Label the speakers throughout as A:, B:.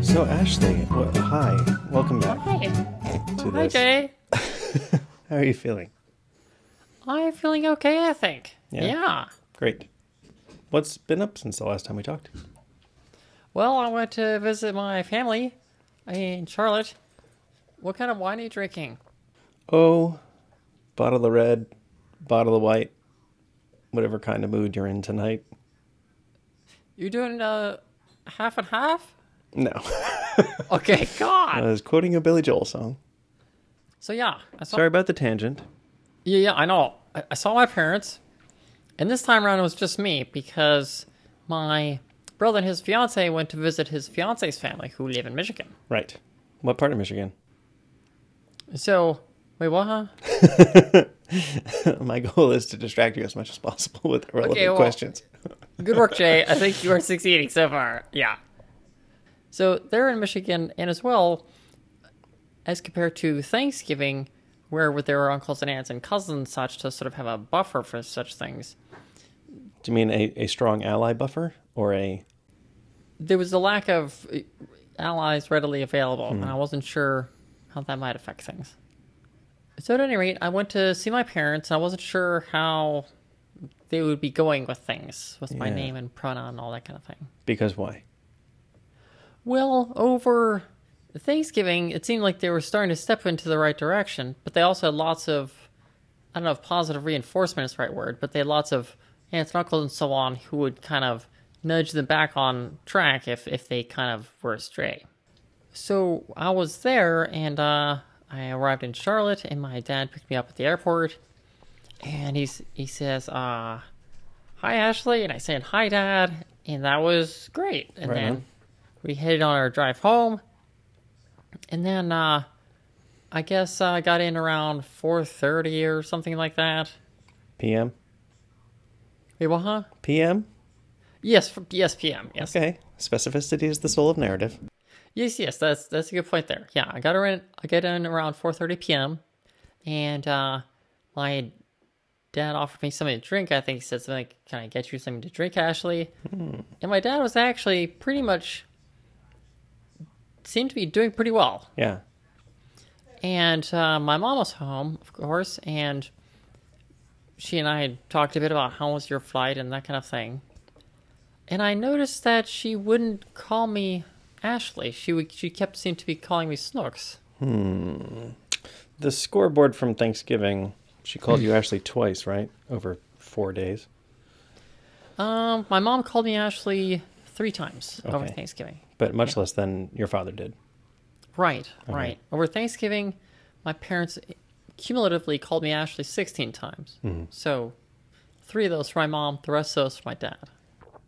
A: So Ashley, wh- hi, welcome back
B: Hi.
A: to
B: Oh, Hi,
A: this.
B: Jay.
A: How are you feeling?
B: I'm feeling okay, I think.
A: Yeah?
B: Yeah.
A: Great. What's been up since the last time we talked?
B: Well, I went to visit my family in Charlotte. What kind of wine are you drinking?
A: Oh, bottle of red, bottle of white, whatever kind of mood you're in tonight.
B: You doing uh, half and half?
A: No,
B: Okay,
A: I
B: God.
A: was quoting a Billy Joel song.
B: So yeah, I saw.
A: Sorry about the tangent.
B: Yeah, yeah, I know. I, I saw my parents, and this time around it was just me because my brother and his fiance went to visit his fiance's family who live in Michigan.
A: Right. What part of Michigan?
B: So wait, what? Huh?
A: My goal is to distract you as much as possible with relevant
B: well-
A: questions.
B: Good work, Jay. I think you are succeeding so far. Yeah. So they're in Michigan, and as well, as compared to Thanksgiving, where with their uncles and aunts and cousins and such to sort of have a buffer for such things,
A: Do you mean a, a strong ally buffer or a
B: there was a lack of uh, allies readily available, and I wasn't sure how that might affect things. So at any rate, I went to see my parents. And I wasn't sure how they would be going with things, with my
A: Yeah.
B: name and pronoun and all that kind of thing.
A: because why?
B: Well, over Thanksgiving, it seemed like they were starting to step into the right direction, but they also had lots of, I don't know if positive reinforcement is the right word, but they had lots of aunts and uncles and so on who would kind of nudge them back on track if, if they kind of were astray. So I was there and uh, I arrived in Charlotte and my dad picked me up at the airport and he's, he says, uh, hi Ashley. And I said, hi dad. And that was great. And
A: Right
B: then
A: on.
B: we headed on our drive home and then uh i guess i got in around 4.30 or something like that
A: PM?
B: wait what huh
A: PM?
B: yes f- yes pm yes
A: Okay. Specificity is the soul of narrative.
B: yes yes that's that's a good point there yeah i got in i got in around 4.30 pm and uh my dad offered me something to drink i think he said something like can i get you something to drink ashley and my dad was actually pretty much seemed to be doing pretty well
A: Yeah.
B: And uh, my mom was home, of course, and she and I had talked a bit about how was your flight and that kind of thing. And I noticed that she wouldn't call me Ashley. She would, she kept seemed to be calling me Snooks.
A: The scoreboard from Thanksgiving, she called you Ashley twice, right? Over four days.
B: Um, my mom called me Ashley three times over
A: Okay.
B: Thanksgiving.
A: But much less than your father did.
B: Right, right. Over Thanksgiving, my parents cumulatively called me Ashley 16 times. So, three of those for my mom, the rest of those for my dad.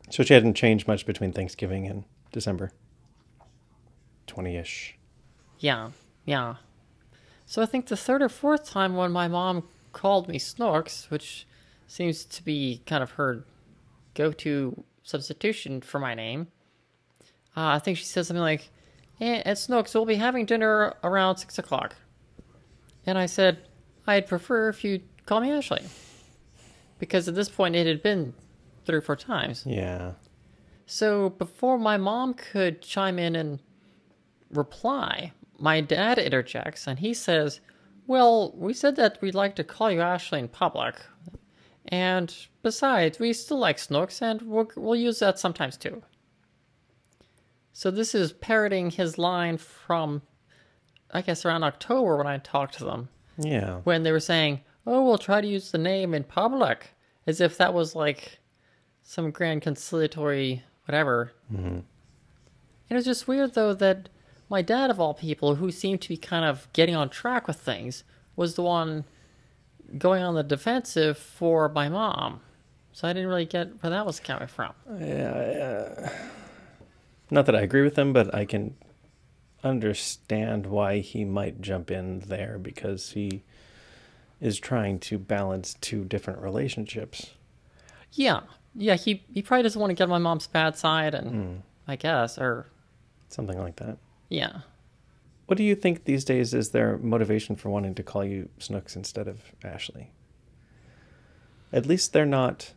A: So she hadn't changed much between Thanksgiving and December. 20 ish.
B: Yeah, yeah. So I think the third or fourth time when my mom called me Snorks, which seems to be kind of her go to substitution for my name, uh, I think she said something like, eh, At Snorks, we'll be having dinner around six o'clock. And I said, I'd prefer if you'd call me Ashley. Because at this point, it had been three or four times.
A: Yeah.
B: So before my mom could chime in and reply, my dad interjects and he says, Well, we said that we'd like to call you Ashley in public. And besides, we still like Snooks and we'll, we'll use that sometimes too. So this is parroting his line from, I guess, around October when I talked to them
A: Yeah.
B: when they were saying, "Oh, we'll try to use the name in public," as if that was like some grand conciliatory whatever. Mm-hmm. It was just weird though that my dad, of all people, who seemed to be kind of getting on track with things, was the one going on the defensive for my mom. So I didn't really get where that was coming from.
A: Not that I agree with him, but I can understand why he might jump in there because he is trying to balance two different relationships.
B: Yeah, yeah. He he probably doesn't want to get on my mom's bad side, and I guess or
A: Something like that.
B: yeah.
A: What do you think these days is their motivation for wanting to call you Snooks instead of Ashley? At least they're not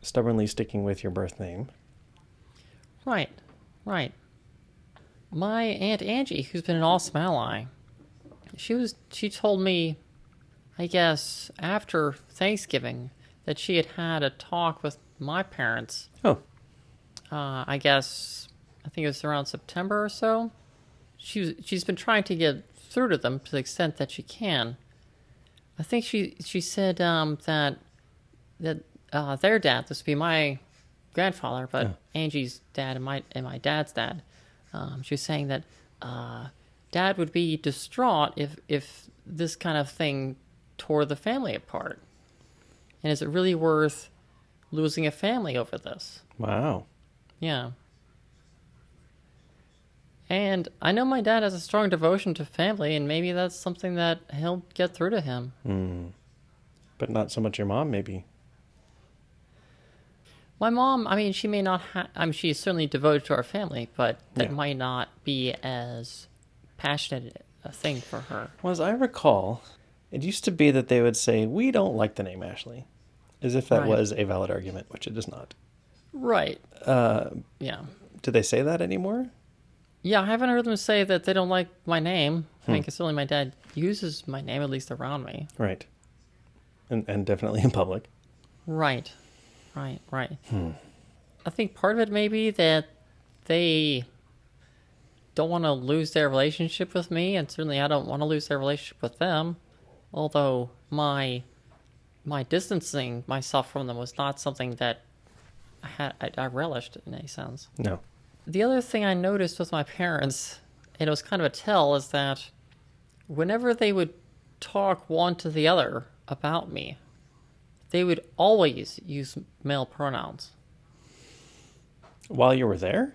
A: stubbornly sticking with your birth name.
B: Right, right. my aunt Angie, who's been an awesome ally, she was she told me, I guess after Thanksgiving, that she had had a talk with my parents.
A: Oh,
B: Uh, I guess I think it was around September or so. She was, she's been trying to get through to them to the extent that she can. I think she she said um, that that uh, their dad, this would be my grandfather, but Angie's dad and my and my dad's dad. Um, she was saying that uh, dad would be distraught if if this kind of thing tore the family apart. And is it really worth losing a family over this?
A: wow.
B: Yeah. And I know my dad has a strong devotion to family, and maybe that's something that he'll get through to him.
A: But not so much your mom, maybe.
B: My mom, I mean, she may not ha I mean, she's certainly devoted to our family, but that
A: Yeah.
B: might not be as passionate a thing for her.
A: Well, as I recall, it used to be that they would say, We don't like the name Ashley, as if that
B: Right.
A: was a valid argument, which it is not.
B: Right. Uh, yeah.
A: Do they say that anymore?
B: Yeah, I haven't heard them say that they don't like my name. I mean, 'cause only my dad uses my name, at least around me.
A: Right. And, and definitely in public.
B: Right, right, right. I think part of it may be that they don't want to lose their relationship with me, and certainly I don't want to lose their relationship with them. Although my my distancing myself from them was not something that I had I, I relished in any sense.
A: No.
B: The other thing I noticed with my parents, and it was kind of a tell, is that whenever they would talk one to the other about me, they would always use male pronouns.
A: While you were there?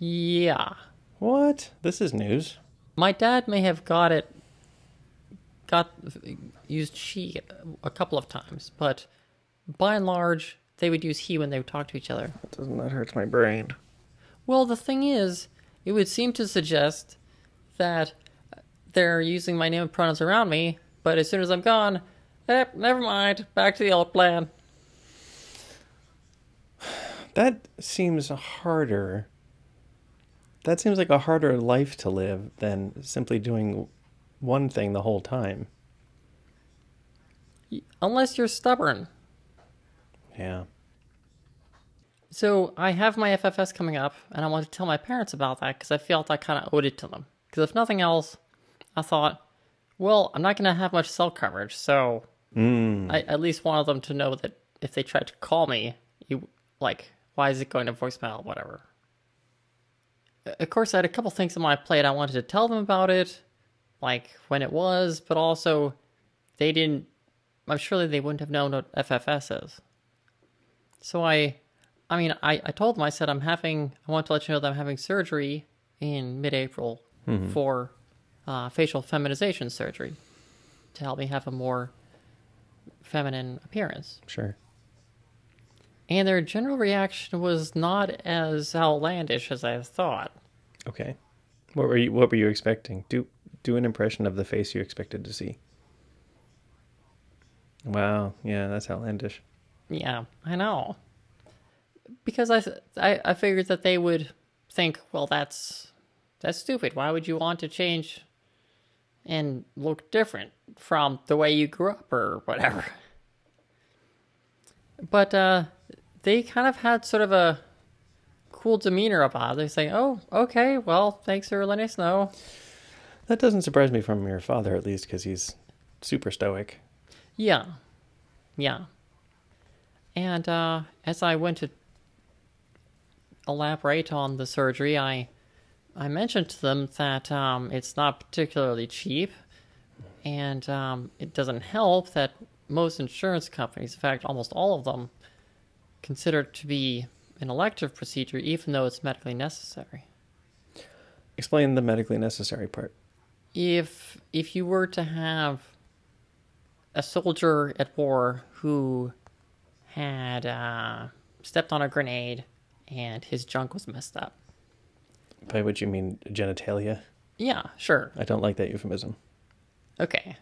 B: Yeah.
A: What? This is news.
B: My dad may have got it, got used she a couple of times, but by and large, they would use he when they would talk to each other.
A: Doesn't that hurt my brain?
B: Well, the thing is, it would seem to suggest that they're using my name and pronouns around me, but as soon as I'm gone, eh, never mind, back to the old plan.
A: That seems harder. That seems like a harder life to live than simply doing one thing the whole time.
B: Unless you're stubborn.
A: Yeah.
B: So I have my FFS coming up, and I want to tell my parents about that because I felt I kind of owed it to them. Because if nothing else, I thought, well, I'm not going to have much cell coverage, so I at least wanted them to know that if they tried to call me, you like, why is it going to voicemail, whatever. Uh, Of course, I had a couple things on my plate. I wanted to tell them about it, like when it was, but also they didn't. I'm sure they wouldn't have known what FFS is. So I, I mean, I, I told them, I said, I'm having, I want to let you know that I'm having surgery in mid April for uh, facial feminization surgery to help me have a more feminine appearance.
A: Sure.
B: And their general reaction was not as outlandish as I thought.
A: Okay. What were you what were you expecting? Do do an impression of the face you expected to see. Wow, yeah, that's outlandish.
B: Yeah, I know. Because I, th- I I figured that they would think, well, that's that's stupid. Why would you want to change and look different from the way you grew up or whatever? But uh, they kind of had sort of a cool demeanor about it. They're saying, "Oh, okay, well, thanks for letting us know."
A: That doesn't surprise me from your father at least cuz he's super stoic.
B: Yeah. Yeah. And uh, as I went to elaborate on the surgery, I I mentioned to them that um, it's not particularly cheap, and um, it doesn't help that most insurance companies, in fact, almost all of them, consider it to be an elective procedure, even though it's medically necessary.
A: Explain the medically necessary part.
B: if if you were to have a soldier at war who had uh, stepped on a grenade and his junk was messed up.
A: By which you mean genitalia?
B: Yeah, sure.
A: I don't like that euphemism.
B: Okay.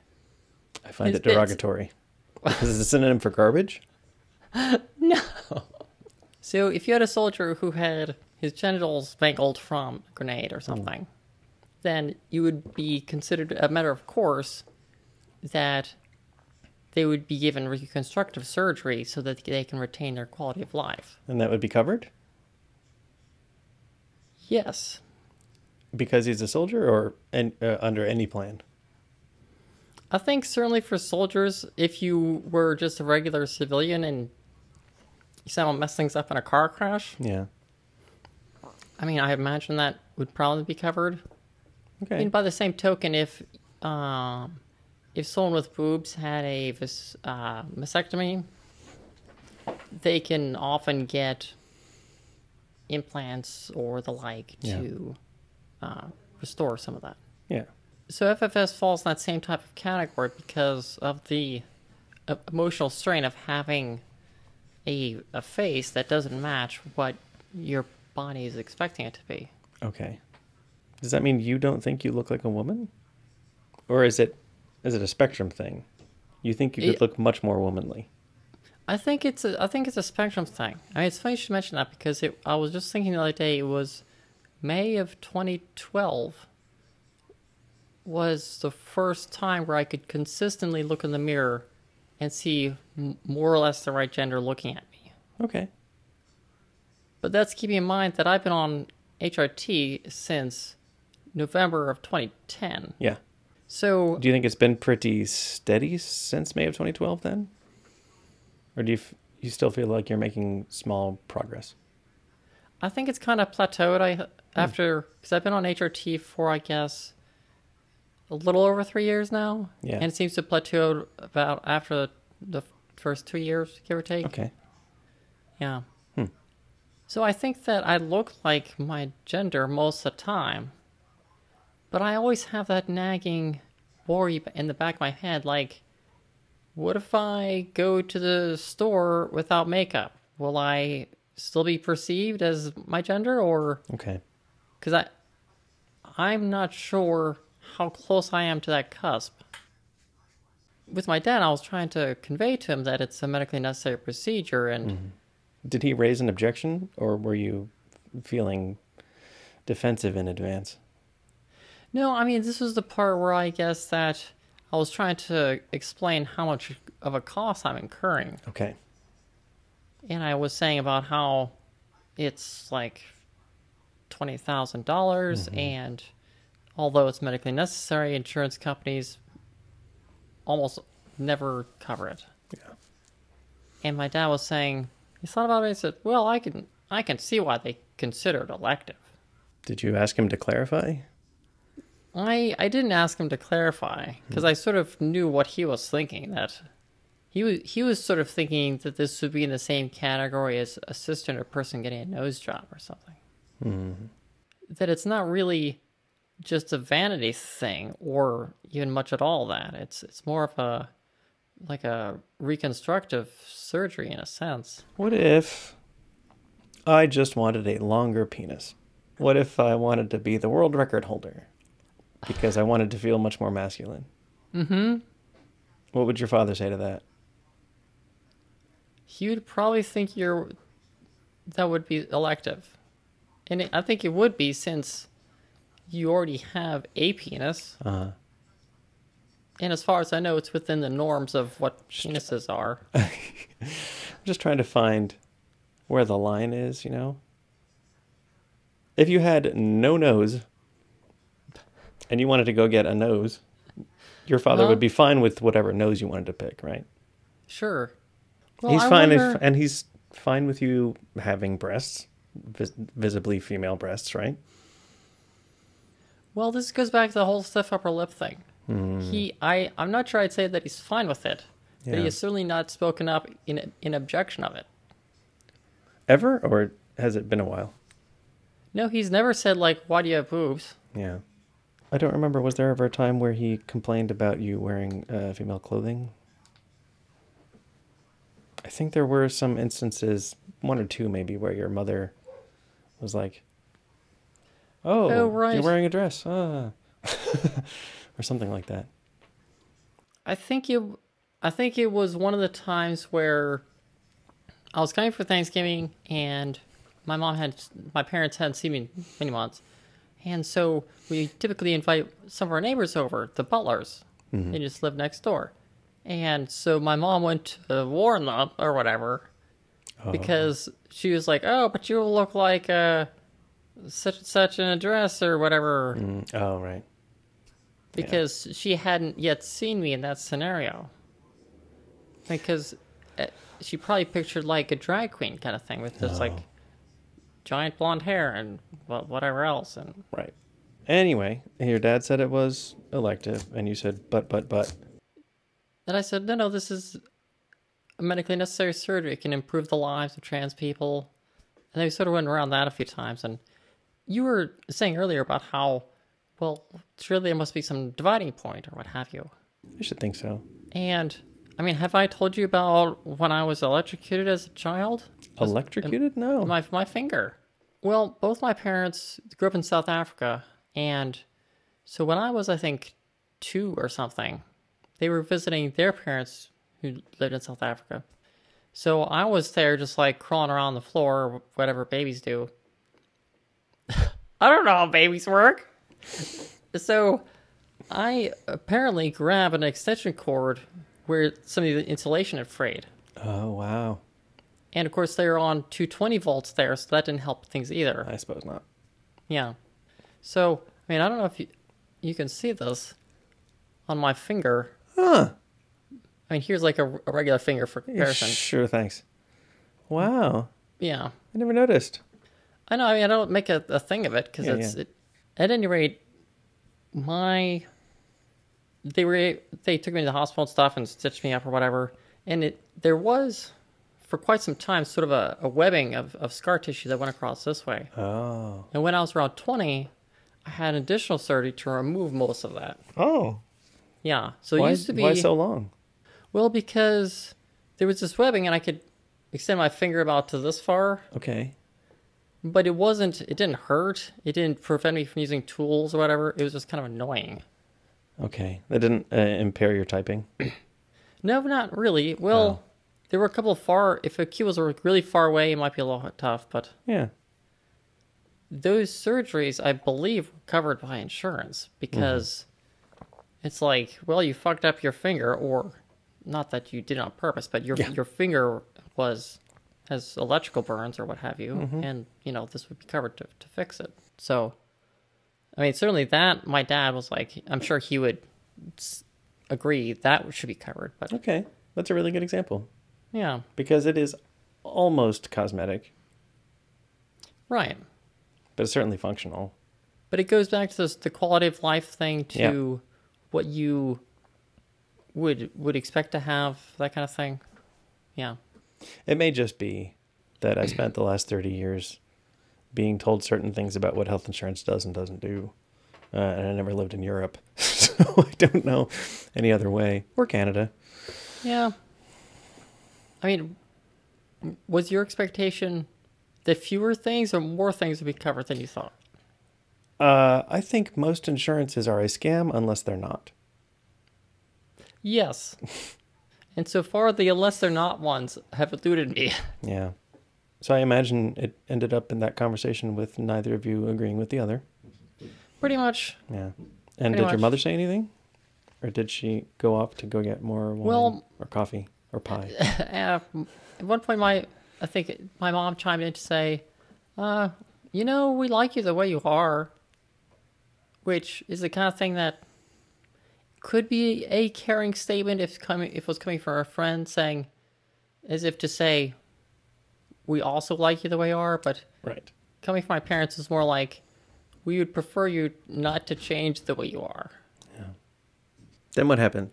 A: I find
B: His
A: it
B: bits.
A: derogatory. Is it a synonym for garbage?
B: So if you had a soldier who had his genitals mangled from a grenade or something, then you would be considered a matter of course that they would be given reconstructive surgery so that they can retain their quality of life.
A: And that would be covered
B: Yes.
A: because he's a soldier or an, uh, under any plan.
B: I think certainly for soldiers, if you were just a regular civilian and you somehow messed things up in a car crash,
A: Yeah.
B: I mean, I imagine that would probably be covered. I
A: Okay.
B: mean, by the same token, if um, if someone with boobs had a vas- uh, mastectomy, they can often get implants or the like
A: Yeah.
B: to uh, restore some of that.
A: yeah.
B: So FFS falls in that same type of category because of the uh, emotional strain of having a a face that doesn't match what your body is expecting it to be.
A: Okay. Does that mean you don't think you look like a woman? Or is it is it a spectrum thing? You think you could
B: Yeah.
A: look much more womanly.
B: I think it's a I think it's a spectrum thing. I mean, it's funny you should mention that because it, I was just thinking the other day it was May of 2012 was the first time where I could consistently look in the mirror and see m- more or less the right gender looking at me.
A: Okay.
B: But that's keeping in mind that I've been on HRT since November of 2010.
A: Yeah.
B: So
A: Do you think it's been pretty steady since May of 2012 then? Or do you f- you still feel like you're making small progress?
B: I think it's kind of plateaued. I after because I've been on HRT for I guess a little over three years now.
A: Yeah.
B: and it seems to plateau about after the, the first two years, give or take.
A: Okay.
B: Yeah. So I think that I look like my gender most of the time, but I always have that nagging worry in the back of my head, like, what if I go to the store without makeup? Will I still be perceived as my gender, or
A: Okay.
B: because I, I'm not sure how close I am to that cusp. With my dad, I was trying to convey to him that it's a medically necessary procedure, and
A: Did he raise an objection or were you f- feeling defensive in advance?
B: No, I mean, this was the part where I guess that I was trying to explain how much of a cost I'm incurring.
A: Okay.
B: And I was saying about how it's like $20,000, dollars and although it's medically necessary, insurance companies almost never cover it.
A: Yeah.
B: And my dad was saying, he thought about it and said, Well, I can, I can see why they consider it elective.
A: Did you ask him to clarify?
B: I I didn't ask him to clarify because I sort of knew what he was thinking that he was he was sort of thinking that this would be in the same category as assistant or person getting a nose job or something. That it's not really just a vanity thing or even much at all that it's it's more of a like a reconstructive surgery in a sense.
A: What if I just wanted a longer penis? What if I wanted to be the world record holder because I wanted to feel much more masculine? Mm-hmm. What would your father say to that?
B: He would probably think you're that would be elective, and I think it would be since you already have a penis.
A: Uh-huh.
B: And as far as I know, it's within the norms of what penises are.
A: I'm just trying to find where the line is, you know? If you had no nose and you wanted to go get a nose, your father
B: Well-
A: would be fine with whatever nose you wanted to pick, right?
B: Sure. Well,
A: he's
B: I
A: fine, if,
B: wonder-
A: and he's fine with you having breasts, vis- visibly female breasts, right?
B: Well, this goes back to the whole stiff upper lip thing. He, I, I'm not sure. I'd say that he's fine with it, but
A: Mm. Yeah.
B: he has certainly not spoken up in in objection of it.
A: Ever, or has it been a while?
B: No, he's never said like, "Why do you have boobs?"
A: Yeah, I don't remember. Was there ever a time where he complained about you wearing uh, female clothing? I think there were some instances, one or two maybe, where your mother was like, "Oh,
B: right.
A: you're wearing a dress," ah. or something like that.
B: I think it I think it was one of the times where I was coming for Thanksgiving and my mom had my parents hadn't seen me in many months, and so we typically invite some of our neighbors over, the Butlers. They just live next door, and so my mom went to warn them or whatever, because she was like, "Oh, but you look like uh, such and such an address or whatever,"
A: Mm, Oh, right.
B: because she hadn't yet seen me in that scenario. Because uh, she probably pictured like a drag queen kind of thing with this like giant blonde hair and wha- whatever else. And
A: Right. Anyway, your dad said it was elective, and you said, but, but, but.
B: then I said, no, no, this is a medically necessary surgery. It can improve the lives of trans people. And they sort of went around that a few times. And you were saying earlier about how, well, surely there must be some dividing point or what have you.
A: I should think so.
B: And I mean, have I told you about when I was electrocuted as a child?
A: Electrocuted? No.
B: My my finger. Well, both my parents grew up in South Africa, and so when I was, I think, two or something, they were visiting their parents who lived in South Africa. So I was there, just like crawling around the floor, whatever babies do. I don't know how babies work. So I apparently grabbed an extension cord where some of the insulation had frayed.
A: Oh, wow.
B: And of course, they were on 220 volts there, so that didn't help things either.
A: I suppose not.
B: Yeah. So, I mean, I don't know if you, you can see this on my finger.
A: Huh.
B: I mean, here's like a, a regular finger for comparison.
A: Sure, thanks. Wow.
B: Yeah.
A: I never noticed.
B: I know. I mean, I don't make a, a thing of it because
A: Yeah,
B: it's
A: yeah.
B: It, at any rate, my they were they took me to the hospital and stuff and stitched me up or whatever. And it there was for quite some time sort of a, a webbing of, of scar tissue that went across this way.
A: Oh.
B: And when I was around 20, I had an additional surgery to remove most of that.
A: Oh.
B: Yeah. So it
A: Why,
B: used to be
A: why so long?
B: well because there was this webbing and I could extend my finger about to this far,
A: Okay.
B: but it wasn't it didn't hurt. It didn't prevent me from using tools or whatever. It was just kind of annoying.
A: Okay. That didn't uh, impair your typing.
B: No, not really. Well, there were a couple of far if a key was really far away, it might be a little tough, but
A: yeah.
B: those surgeries I believe were covered by insurance because it's like, well, you fucked up your finger or not that you did it on purpose, but your your finger was has electrical burns or what have you and you know, this would be covered to, to fix it. So I mean, certainly that my dad was like, I'm sure he would s- agree that should be covered, but
A: Okay. That's a really good example
B: yeah,
A: because it is almost cosmetic,
B: right.
A: but it's certainly functional.
B: But it goes back to this, the quality of life thing to
A: Yeah.
B: what you would would expect to have that kind of thing. Yeah.
A: It may just be that I spent the last 30 years being told certain things about what health insurance does and doesn't do. Uh, and I never lived in Europe, so I don't know any other way. Or Canada.
B: Yeah. I mean, was your expectation that fewer things or more things would be covered than you thought?
A: Uh, I think most insurances are a scam unless they're not.
B: Yes. and so far, the unless they're not ones have eluded me.
A: Yeah. So I imagine it ended up in that conversation with neither of you agreeing with the other.
B: Pretty much.
A: Yeah. And
B: Pretty
A: did your
B: much.
A: mother say anything? Or did she go off to go get more wine
B: Well-
A: or coffee or pie?
B: uh, at one point my i think my mom chimed in to say uh, you know we like you the way you are which is the kind of thing that could be a caring statement if coming if it was coming from a friend saying as if to say we also like you the way you are but
A: right.
B: coming from my parents is more like we would prefer you not to change the way you are
A: Then what happened?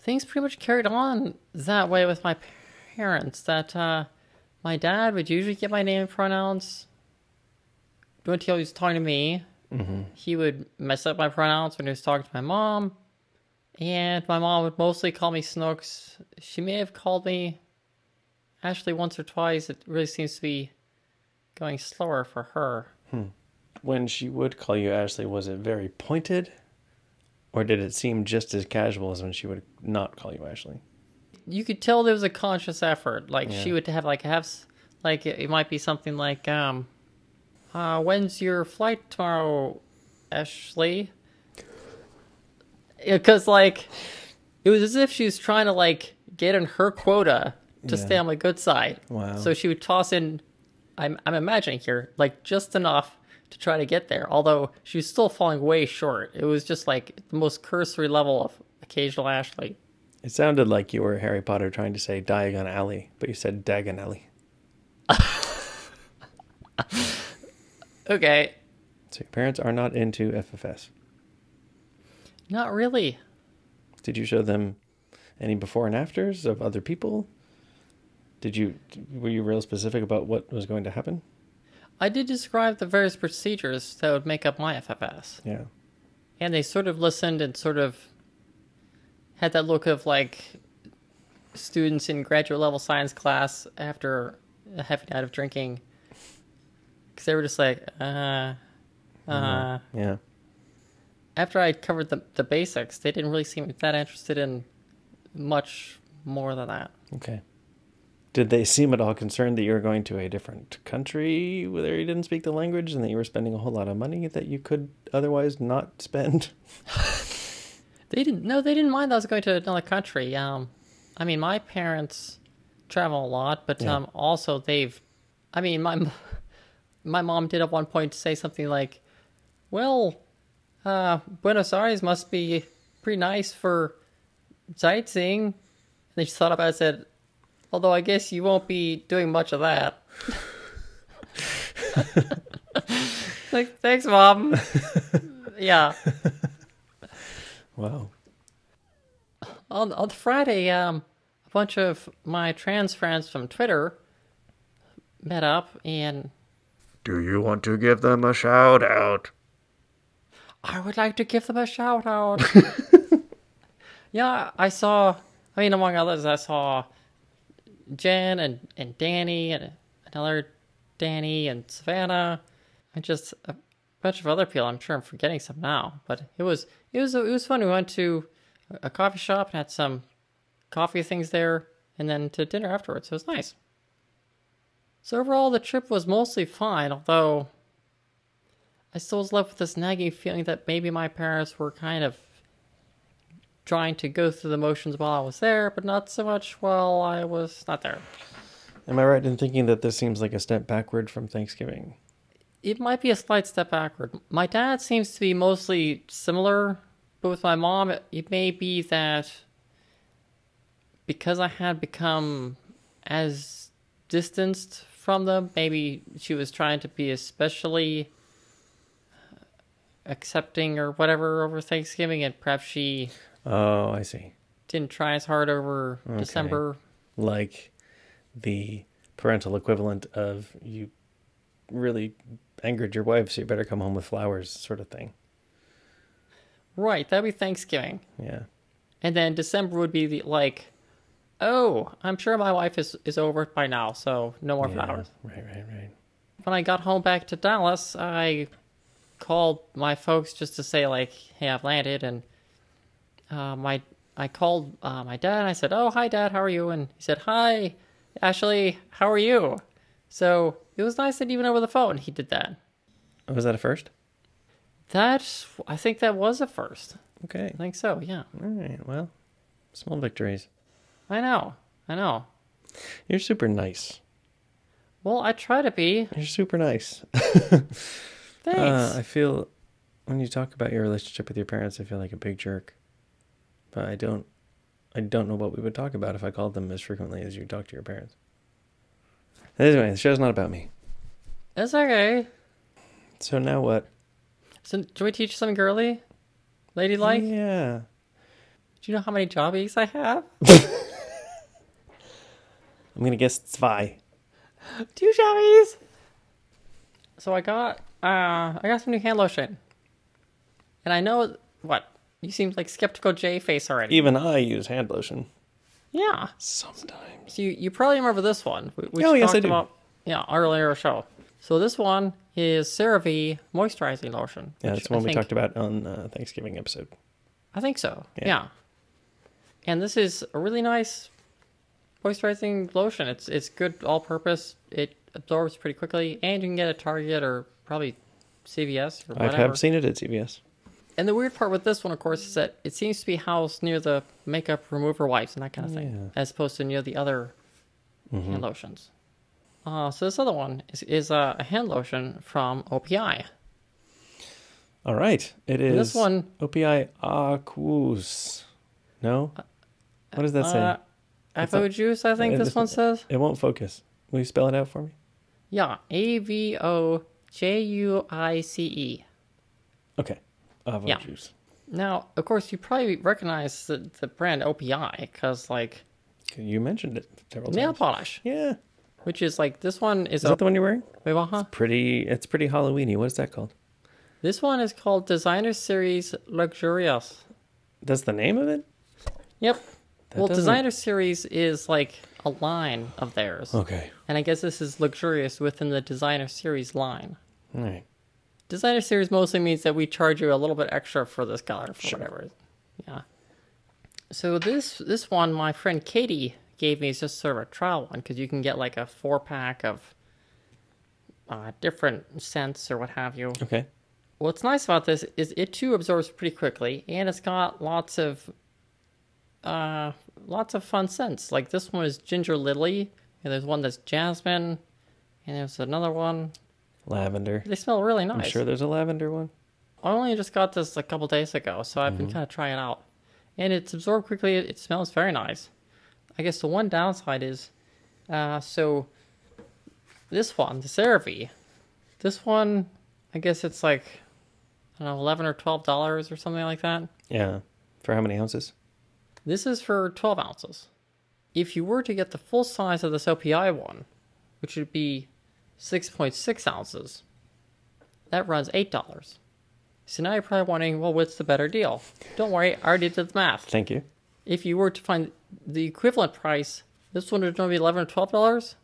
B: things pretty much carried on that way with my parents. That uh, my dad would usually get my name and pronouns when he was talking to me. He would mess up my pronouns when he was talking to my mom, and my mom would mostly call me Snooks. She may have called me Ashley once or twice. It really seems to be going slower for her.
A: when she would call you Ashley, was it very pointed? Or did it seem just as casual as when she would not call you Ashley?
B: you could tell there was a conscious effort. Like she would have like have s- Like it, it might be something like, um, uh, "When's your flight tomorrow, Ashley?" Because like, it was as if she was trying to like get in her quota to
A: Yeah.
B: stay on the good side.
A: Wow.
B: So she would toss in, I'm I'm imagining here, like just enough to try to get there. Although she was still falling way short. It was just like the most cursory level of occasional Ashley.
A: It sounded like you were Harry Potter trying to say Diagon Alley, but you said Dagon Alley.
B: Okay,
A: So your parents are not into FFS.
B: not really.
A: Did you show them any before and afters of other people? Did you were you real specific about what was going to happen?
B: I did describe the various procedures that would make up my FFS,
A: Yeah.
B: and they sort of listened and sort of had that look of like students in graduate level science class after a heavy night of drinking, because they were just like, uh, uh.
A: Yeah.
B: After I covered the the basics, they didn't really seem that interested in much more than that.
A: Okay. Did they seem at all concerned that you were going to a different country where you didn't speak the language and that you were spending a whole lot of money that you could otherwise not spend?
B: They didn't. No, they didn't mind. that I was going to another country. Um, I mean, my parents travel a lot, but
A: Yeah.
B: um, also they've. I mean, my m- my mom did at one point say something like, "Well, uh, Buenos Aires must be pretty nice for sightseeing." And then she thought about it and said, "Although I guess you won't be doing much of that." like, thanks, mom. yeah.
A: Wow.
B: On, on Friday, um, a bunch of my trans friends from Twitter met up, and
C: Do you want to give them a shout out?
B: I would like to give them a shout out. yeah, I saw, I mean, among others, I saw Jen and, and Danny and another Danny and Savannah and just a bunch of other people. I'm sure I'm forgetting some now, but it was, it was, it was fun. We went to a coffee shop and had some coffee things there and then to dinner afterwards. It was nice. So overall, the trip was mostly fine, although I still was left with this nagging feeling that maybe my parents were kind of trying to go through the motions while I was there, but not so much while I was not there.
A: Am I right in thinking that this seems like a step backward from Thanksgiving?
B: It might be a slight step backward. My dad seems to be mostly similar, but with my mom, it, it may be that because I had become as distanced from them, maybe she was trying to be especially uh, accepting or whatever over Thanksgiving, and perhaps she
A: Oh, I see.
B: didn't try as hard over December.
A: Like the parental equivalent of you really angered your wife, so you better come home with flowers, sort of thing.
B: Right, that'd be Thanksgiving.
A: Yeah.
B: And then December would be the like, oh, I'm sure my wife is, is over it by now, so no more
A: Yeah.
B: flowers.
A: Right, right, right.
B: When I got home back to Dallas, I called my folks just to say like, hey, I've landed, and uh, my I called uh, my dad and I said, oh, hi, dad, how are you? And he said, hi, Ashley, how are you? So it was nice that even over the phone he did that.
A: Oh, was that a first?
B: That I think that was a first.
A: Okay.
B: I think so. Yeah,
A: All right. Well, small victories.
B: I know. I know.
A: You're super nice.
B: Well, I try to be.
A: You're super nice.
B: Thanks.
A: Uh, I feel when you talk about your relationship with your parents, I feel like a big jerk. But I don't, I don't know what we would talk about if I called them as frequently as you talk to your parents. Anyway, the show's not about me.
B: That's okay.
A: So now what?
B: So, do we teach some girly, ladylike?
A: yeah,
B: Do you know how many jobbies I have?
A: I'm gonna guess zwei.
B: Two jobbies. So I got, uh, I got some new hand lotion, and I know what you seem like skeptical J face already.
A: Even I use hand lotion
B: yeah.
A: sometimes.
B: So you, you probably remember this one. wh- Which
A: Oh, yes, I
B: talked
A: do.
B: About, yeah, earlier show. So this one is CeraVe moisturizing lotion.
A: Yeah,
B: which
A: that's the one
B: I
A: we
B: think-
A: talked about on uh, Thanksgiving episode.
B: I think so.
A: Yeah.
B: Yeah. And this is a really nice moisturizing lotion. It's it's good all purpose. It absorbs pretty quickly, and you can get it at Target or probably CVS or
A: I
B: whatever.
A: have seen it at CVS.
B: And the weird part with this one, of course, is that it seems to be housed near the makeup remover wipes and that kind of thing, as opposed to near the other
A: Mm-hmm.
B: hand lotions. Uh, so this other one is, is uh, a hand lotion from OPI.
A: All right. It is
B: this one-
A: OPI Aquus. No? What does that
B: Uh,
A: say?
B: Avo juice, I think
A: Uh,
B: this
A: this-
B: one says.
A: It won't focus. Will you spell it out for me?
B: Yeah, A V O J U I C E.
A: Okay. Avo
B: Yeah.
A: juice.
B: Now, of course, you probably recognize the, the brand OPI because, like,
A: Okay, You mentioned it several
B: nail
A: times.
B: polish,
A: Yeah.
B: which is like this one is,
A: Is that the one you're wearing?
B: wait, what, huh?
A: Pretty. It's pretty Halloweeny. What is that called?
B: This one is called Designer Series Luxurious.
A: That's the name of it.
B: Yep. well,
A: doesn't-
B: Designer Series is like a line of theirs,
A: Okay.
B: and I guess this is luxurious within the Designer Series line.
A: All right.
B: Designer series mostly means that we charge you a little bit extra for this color for
A: Sure.
B: whatever. Yeah. So this this one my friend Katie gave me is just sort of a trial one because you can get like a four pack of uh, different scents or what have you.
A: Okay.
B: What's nice about this is it too absorbs pretty quickly and it's got lots of uh lots of fun scents. Like this one is ginger lily and there's one that's jasmine and there's another one.
A: Lavender.
B: They smell really nice.
A: I'm sure there's a lavender one.
B: I only just got this a couple days ago, so I've been kind of trying it out. And it's absorbed quickly. It it smells very nice. I guess the one downside is, uh, so this one, the CeraVe, this one, I guess it's like, I don't know, 11 or $12 or something like that.
A: Yeah. For how many ounces?
B: This is for 12 ounces. If you were to get the full size of this OPI one, which would be 6.6 ounces, that runs $8. So now you're probably wondering, well, what's the better deal? Don't worry, I already did the math.
A: Thank you.
B: If you were to find the equivalent price, this one would only be $11 or $12.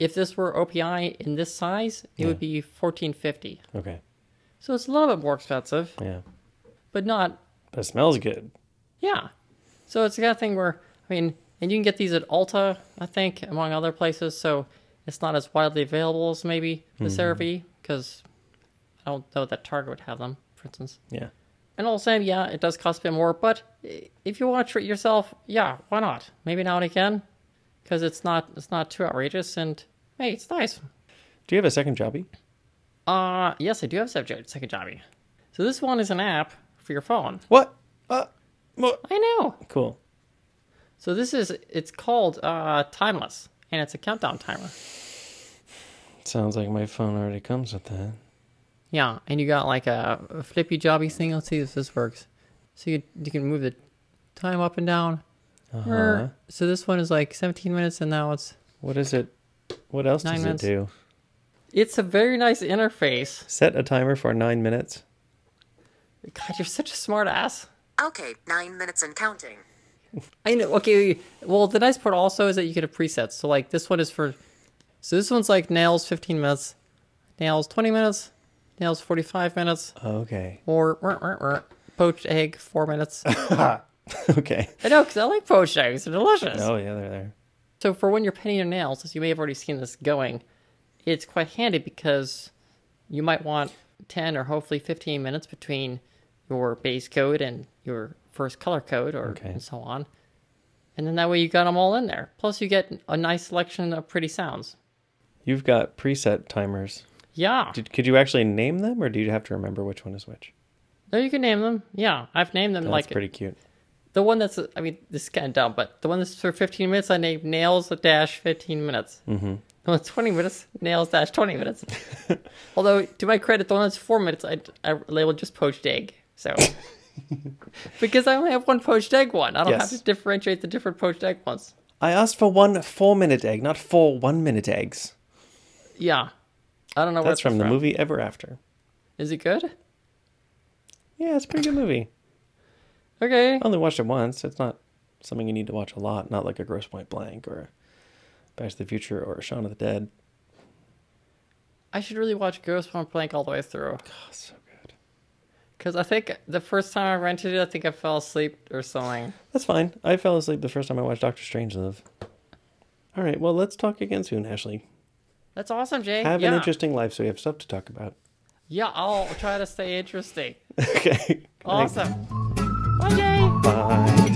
B: If this were OPI in this size, it would be $14.50.
A: Okay.
B: So it's a little bit more expensive,
A: Yeah.
B: but not
A: But it smells good.
B: Yeah. So it's the kind of thing where, I mean, and you can get these at Ulta, I think, among other places. So it's not as widely available as maybe the CeraVe, because I don't know that Target would have them, for instance.
A: Yeah.
B: And all the same, yeah, it does cost a bit more, but i- if you want to treat yourself, yeah, why not? Maybe now and again, because it's not it's not too outrageous, and hey, it's nice.
A: Do you have a second jobby?
B: Uh, yes, I do have subject second jobby. So this one is an app for your phone.
A: What? Uh, mo-
B: I know.
A: cool.
B: So this is it's called uh, Timeless, and it's a countdown timer.
A: Sounds like my phone already comes with that.
B: Yeah, and you got like a, a flippy jobby thing. Let's see if this works. So you you can move the time up and down.
A: Uh-huh.
B: So this one is like 17 minutes, and now it's
A: What is it? What else
B: Nine
A: does
B: minutes.
A: it do?
B: it's a very nice interface.
A: Set a timer for nine minutes.
B: God, you're such a smart ass.
D: Okay, nine minutes and counting.
B: I know. Okay. Well, the nice part also is that you get a preset. So like this one is for, so this one's like nails 15 minutes, nails 20 minutes, nails 45 minutes,
A: Okay.
B: or rrr, rrr, rrr, poached egg four minutes.
A: okay.
B: I know, because I like poached eggs. They're delicious.
A: Oh yeah, they're there.
B: So for when you're painting your nails, as you may have already seen this going, it's quite handy because you might want 10 or hopefully 15 minutes between your base coat and your first color code or
A: Okay.
B: and so on. And then that way you got them all in there. Plus you get a nice selection of pretty sounds.
A: You've got preset timers.
B: Yeah.
A: Did, could you actually name them, or do you have to remember which one is which?
B: No, you can name them. Yeah, I've named them
A: That's
B: like
A: pretty cute.
B: the one that's I mean this is kind of dumb, but the one that's for 15 minutes I named nails dash 15 minutes. Mm-hmm. The one that's 20 minutes nails dash 20 minutes. Although to my credit, the one that's four minutes I, I labeled just poached egg. So because I only have one poached egg one, I don't
A: Yes.
B: have to differentiate the different poached egg ones.
A: I asked for one four-minute egg, not four one-minute eggs.
B: Yeah, I don't know. where
A: That's
B: it's
A: from the movie Ever After.
B: Is it good?
A: Yeah, it's a pretty good movie.
B: Okay.
A: I only watched it once. It's not something you need to watch a lot. Not like a Gross Point Blank or Back to the Future or Shaun of the Dead.
B: I should really watch Ghost One Plank all the way through.
A: Oh, so good.
B: Because I think the first time I rented it, I think I fell asleep or something.
A: That's fine. I fell asleep the first time I watched Doctor Strangelove. All right. Well, let's talk again soon, Ashley.
B: That's awesome, Jay.
A: Have
B: yeah.
A: an interesting life so we have stuff to talk about.
B: Yeah, I'll try to stay interesting.
A: Okay.
B: Awesome. Bye, Jay.
A: Bye.